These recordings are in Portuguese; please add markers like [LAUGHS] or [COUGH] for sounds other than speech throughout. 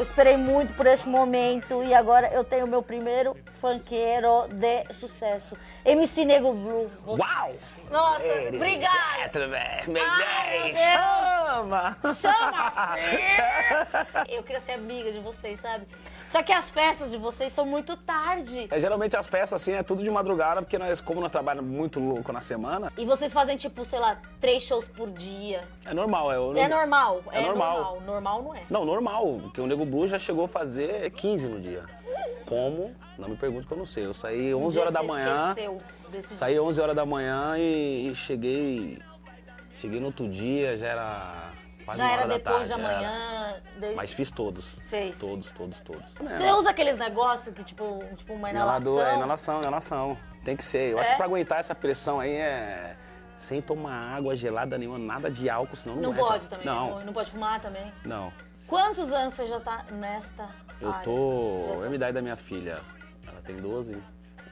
esperei muito por este momento e agora eu tenho meu primeiro funkeiro de sucesso. MC Nego Blue. Você- Uau! Nossa, Ladies and [LAUGHS] obrigada. gentlemen, Ai, meu Mayday, Deus. chama! Chama! Eu queria ser amiga de vocês, sabe? Só que as festas de vocês são muito tarde. É, geralmente as festas, assim, é tudo de madrugada, porque nós, como nós trabalhamos muito louco na semana, E vocês fazem, tipo, sei lá, três shows por dia. é normal. É, o- É normal. É normal. normal. Normal não é. Não, normal, porque o Nego Blue já chegou a fazer 15 no dia. Como? Não me pergunte que eu não sei. Eu saí 11 horas da manhã, Você esqueceu desse saí 11 horas da manhã e, e cheguei... Cheguei no outro dia, já era quase Já uma era hora da depois tarde, da já era. manhã. de- Mas fiz todos. Fez. Todos, todos, todos. Você usa aqueles negócios que, tipo, tipo uma inalação? Inalador, é inalação, inalação. Tem que ser. Eu acho É? que pra aguentar essa pressão aí é. Sem tomar água gelada nenhuma, nada de álcool, senão não Não aguenta. pode também. então, né? Não, Não. não pode fumar também. não. Quantos anos você já tá nesta? Eu área? Já tô. tá- É a idade da minha filha. Ela tem 12.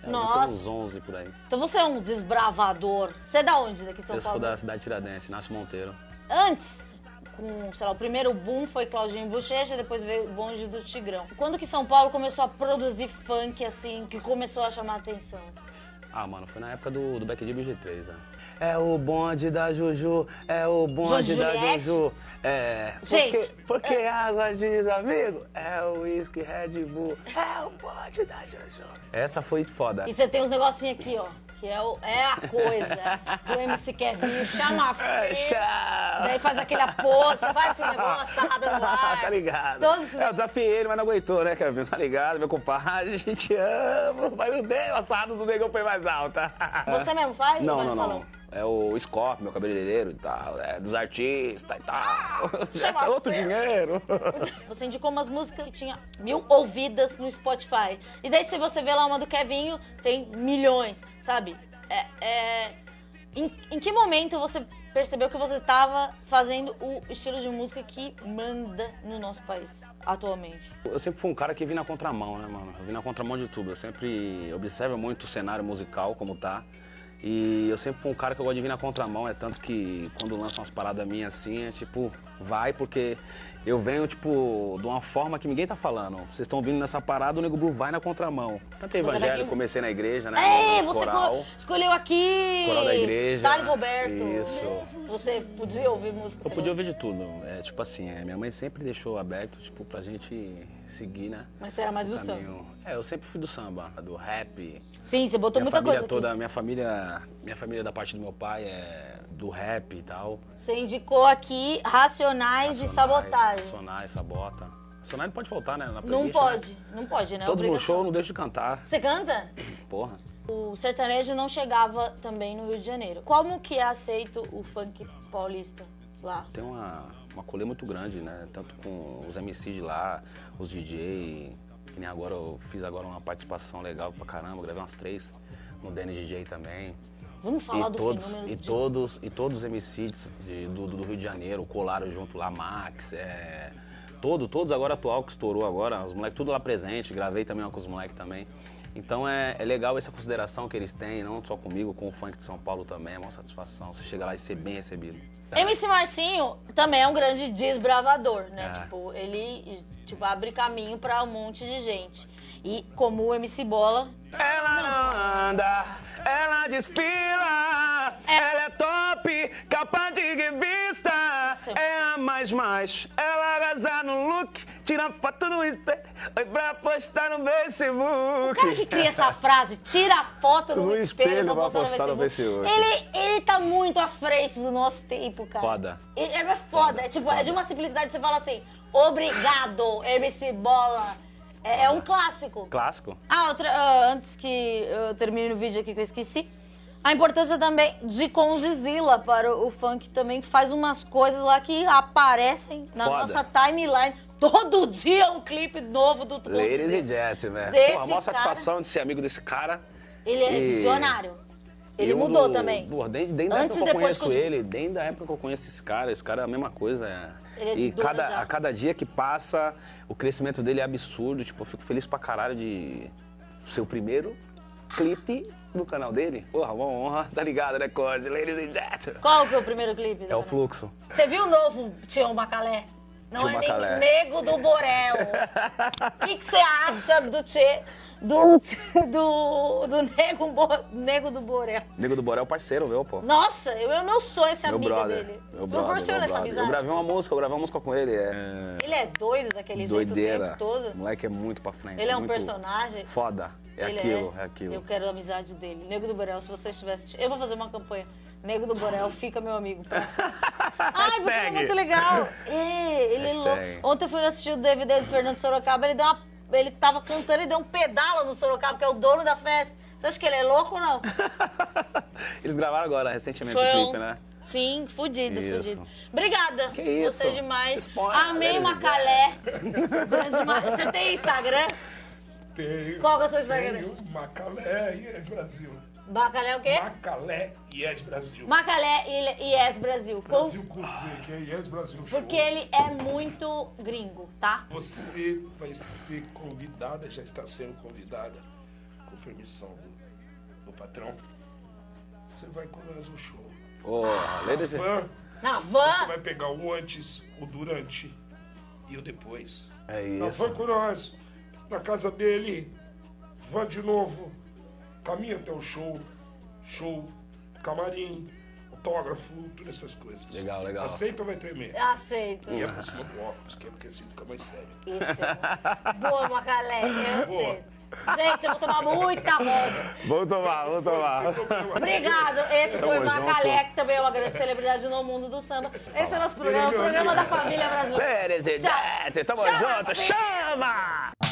Ela Nossa. Tem uns 11 por aí. Então você é um desbravador. Você é da onde? Daqui de São Eu sou Paulo? da cidade de Tiradentes, Nasce Monteiro. Antes, com, sei lá, o primeiro boom foi Claudinho Bochecha, depois veio o bonde do Tigrão. Quando que São Paulo começou a produzir funk, assim, que começou a chamar atenção? Ah, mano, foi na época do, do Back de BG3, né? É o bonde da Juju, é o bonde Jorge da Juliette? Juju. É. Gente, é. Porque, porque água diz amigo, é o uísque Red Bull, é o bonde da Juju. Essa foi foda. E você tem uns negocinhos aqui, ó, que é, o- é a é coisa é do MC Kevin. Chama a [LAUGHS] fé. É, tchau. Daí faz aquele aposto, faz esse negócio, assada no [LAUGHS] ar. tá ligado? Todos esses- É, eu desafiei ele, mas não aguentou, né, Kevin? Tá ligado, meu compadre? [LAUGHS] A gente ama, mas não deu. A sarrada do negão foi mais alta. Você é mesmo faz? Não, Vai não, no salão. não. É o Scorpio, meu cabeleireiro e tal, é dos artistas e tal. [LAUGHS] Já chama é outro a fé. dinheiro. [LAUGHS] Você indicou umas músicas que tinha mil ouvidas no Spotify. E daí, se você vê lá uma do Kevinho, tem milhões, sabe? É, é- Em, em que momento você percebeu que você estava fazendo o estilo de música que manda no nosso país atualmente? Eu sempre fui um cara que vim na contramão, né, mano? Eu vim na contramão de tudo. Eu sempre observo muito o cenário musical, como tá. E eu sempre fui um cara que eu gosto de vir na contramão. É tanto que quando lançam umas paradas minhas assim, é tipo, vai, porque eu venho, tipo, de uma forma que ninguém tá falando. Vocês estão vindo nessa parada, o Nego Blue vai na contramão. Tanto é Você evangelho, vai- comecei na igreja, né? É, no você coral. co- escolheu aqui! Coral da igreja. Thales Roberto. Isso. Você podia ouvir música? Eu você podia gosta? ouvir de tudo. É tipo assim, é, minha mãe sempre deixou aberto, tipo, pra gente seguir, né? Mas você era mais do samba. caminho. É, eu sempre fui do samba, do rap. Sim, você botou minha muita família coisa aqui. toda, minha família, minha família da parte do meu pai é do rap e tal. Você indicou aqui Racionais, de Racionais, Sabotagem. Racionais, sabota. Racionais não pode faltar, né? na Não playlist, pode, Né? não pode, né? É Todo mundo obrigação. show, não deixa de cantar. Você canta? Porra. O sertanejo não chegava também no Rio de Janeiro. Como que é aceito o funk paulista lá? Tem uma, uma colher muito grande, né? Tanto com os MCs de lá, os DJ. Que nem agora eu fiz agora uma participação legal pra caramba, gravei umas três no DNDJ também. Vamos falar e do todos, fenômeno e de- todos e todos os MCs de- do, do Rio de Janeiro colaram junto lá, Max, é, todo, todos agora atual que estourou agora, os moleques tudo lá presente, gravei também uma com os moleques também. Então é, é legal essa consideração que eles têm, não só comigo, com o funk de São Paulo também, é uma satisfação você chegar lá e ser bem recebido. MC Marcinho também é um grande desbravador, né? É. Tipo, ele tipo, abre caminho pra um monte de gente. E como o MC Bola, Ela não anda, ela despila, ela é top, capa de revista, Sim. é a mais mais. Ela arrasa no look, tira foto no Instagram, oi pra postar no o cara que Facebook. cria [LAUGHS] essa frase, tira a foto no, No um espelho pra espelho, vai postar no postar no Facebook. Ele, Facebook. ele tá muito à frente do nosso tempo, cara. Foda. Ele é foda. É, tipo, é de uma simplicidade, você fala assim, obrigado, MC Bola. É, é um clássico. Clássico. Ah, outra, ah, antes que eu termine o vídeo aqui que eu esqueci. A importância também de Condizila para o, o funk também faz umas coisas lá que aparecem na Foda. nossa timeline. Todo dia um clipe novo do Ladies and Condizila. gentlemen. Desse Porra, a cara- maior satisfação de ser amigo desse cara. Ele é E- visionário. Ele Eu mudou do- também. Porra, desde, desde a Antes época e que eu depois conheço que eu- ele, desde a época que eu conheço esse cara, esse cara é a mesma coisa. é. Ele é de e dona já. cada, a cada dia que passa, o crescimento dele é absurdo. Tipo, eu fico feliz pra caralho de ser o primeiro clipe do canal dele. Porra, uma honra, [LAUGHS] tá ligado, né, Cord? Ladies and gentlemen. Qual que é o primeiro clipe? É o fluxo. Você viu o novo Tião Bacalé? Não Tio é nem Bacalé. nego do [LAUGHS] Borel. O que que você acha do Tchê? Do, do, do nego, Bo- nego do Borel. Nego do Borel é o parceiro, viu, pô? Nossa, eu, eu não sou essa Meu amiga brother. é dele. Meu brother. Proporciona meu essa brother. Eu amizade. gravei uma música, eu gravei uma música com ele. É... Ele é doido daquele jeito o Doideira. tempo todo. O moleque é muito pra frente. Ele é um muito personagem. Foda. É Ele aquilo, é, aquilo. Eu quero a amizade dele. Nego do Borel, se você estivesse. Eu vou fazer uma campanha. Nego do Borel, fica meu amigo. pra [LAUGHS] sempre. Ai, porque é Hashtag. muito legal. É, ele é louco. Hashtag. Ontem eu fui assistir o DVD do Fernando Sorocaba, ele deu uma. Ele tava cantando e deu um pedala no Sorocaba, que é o dono da festa. Você acha que ele é louco ou não? [LAUGHS] Eles gravaram agora, recentemente, o Foi um. clipe, né? Sim, fudido, Isso. fudido. Obrigada. Que isso? Gostei demais. Spoiler, Amei eles- Macalé. Grande Ma- Você tem Instagram? Tenho. Qual que é o seu Instagram? Tenho Macalé e ex-Brasil. Bacalé é o quê? Macalé e ex-Brasil. Macalé e- e Yes Brasil. Com- Brasil com Z, que é ex-Brasil. Show. Porque ele é muito gringo, tá? Você vai ser convidada, já está sendo convidada, com permissão do, do patrão. Você vai com nós no show. Porra, lê desse... Fã, Na você van, vai pegar o antes, o durante e o depois. É Na isso. van com nós, na casa dele, van de novo, caminho até o show, show, camarim, autógrafo, todas essas coisas. Legal, legal. Aceita ou vai tremer? eu aceito. E é por cima do óculos, que é porque assim fica mais sério. Isso. Boa, Macalé, eu Boa. aceito. Gente, eu vou tomar muita vodka. Vamos tomar, vamos tomar. [LAUGHS] Obrigado. Esse foi o Tamo junto. Macalé, que também é uma grande celebridade no mundo do samba. Esse é nosso programa, o programa da família brasileira. Presidente, tamo Chama, junto, filho. chama!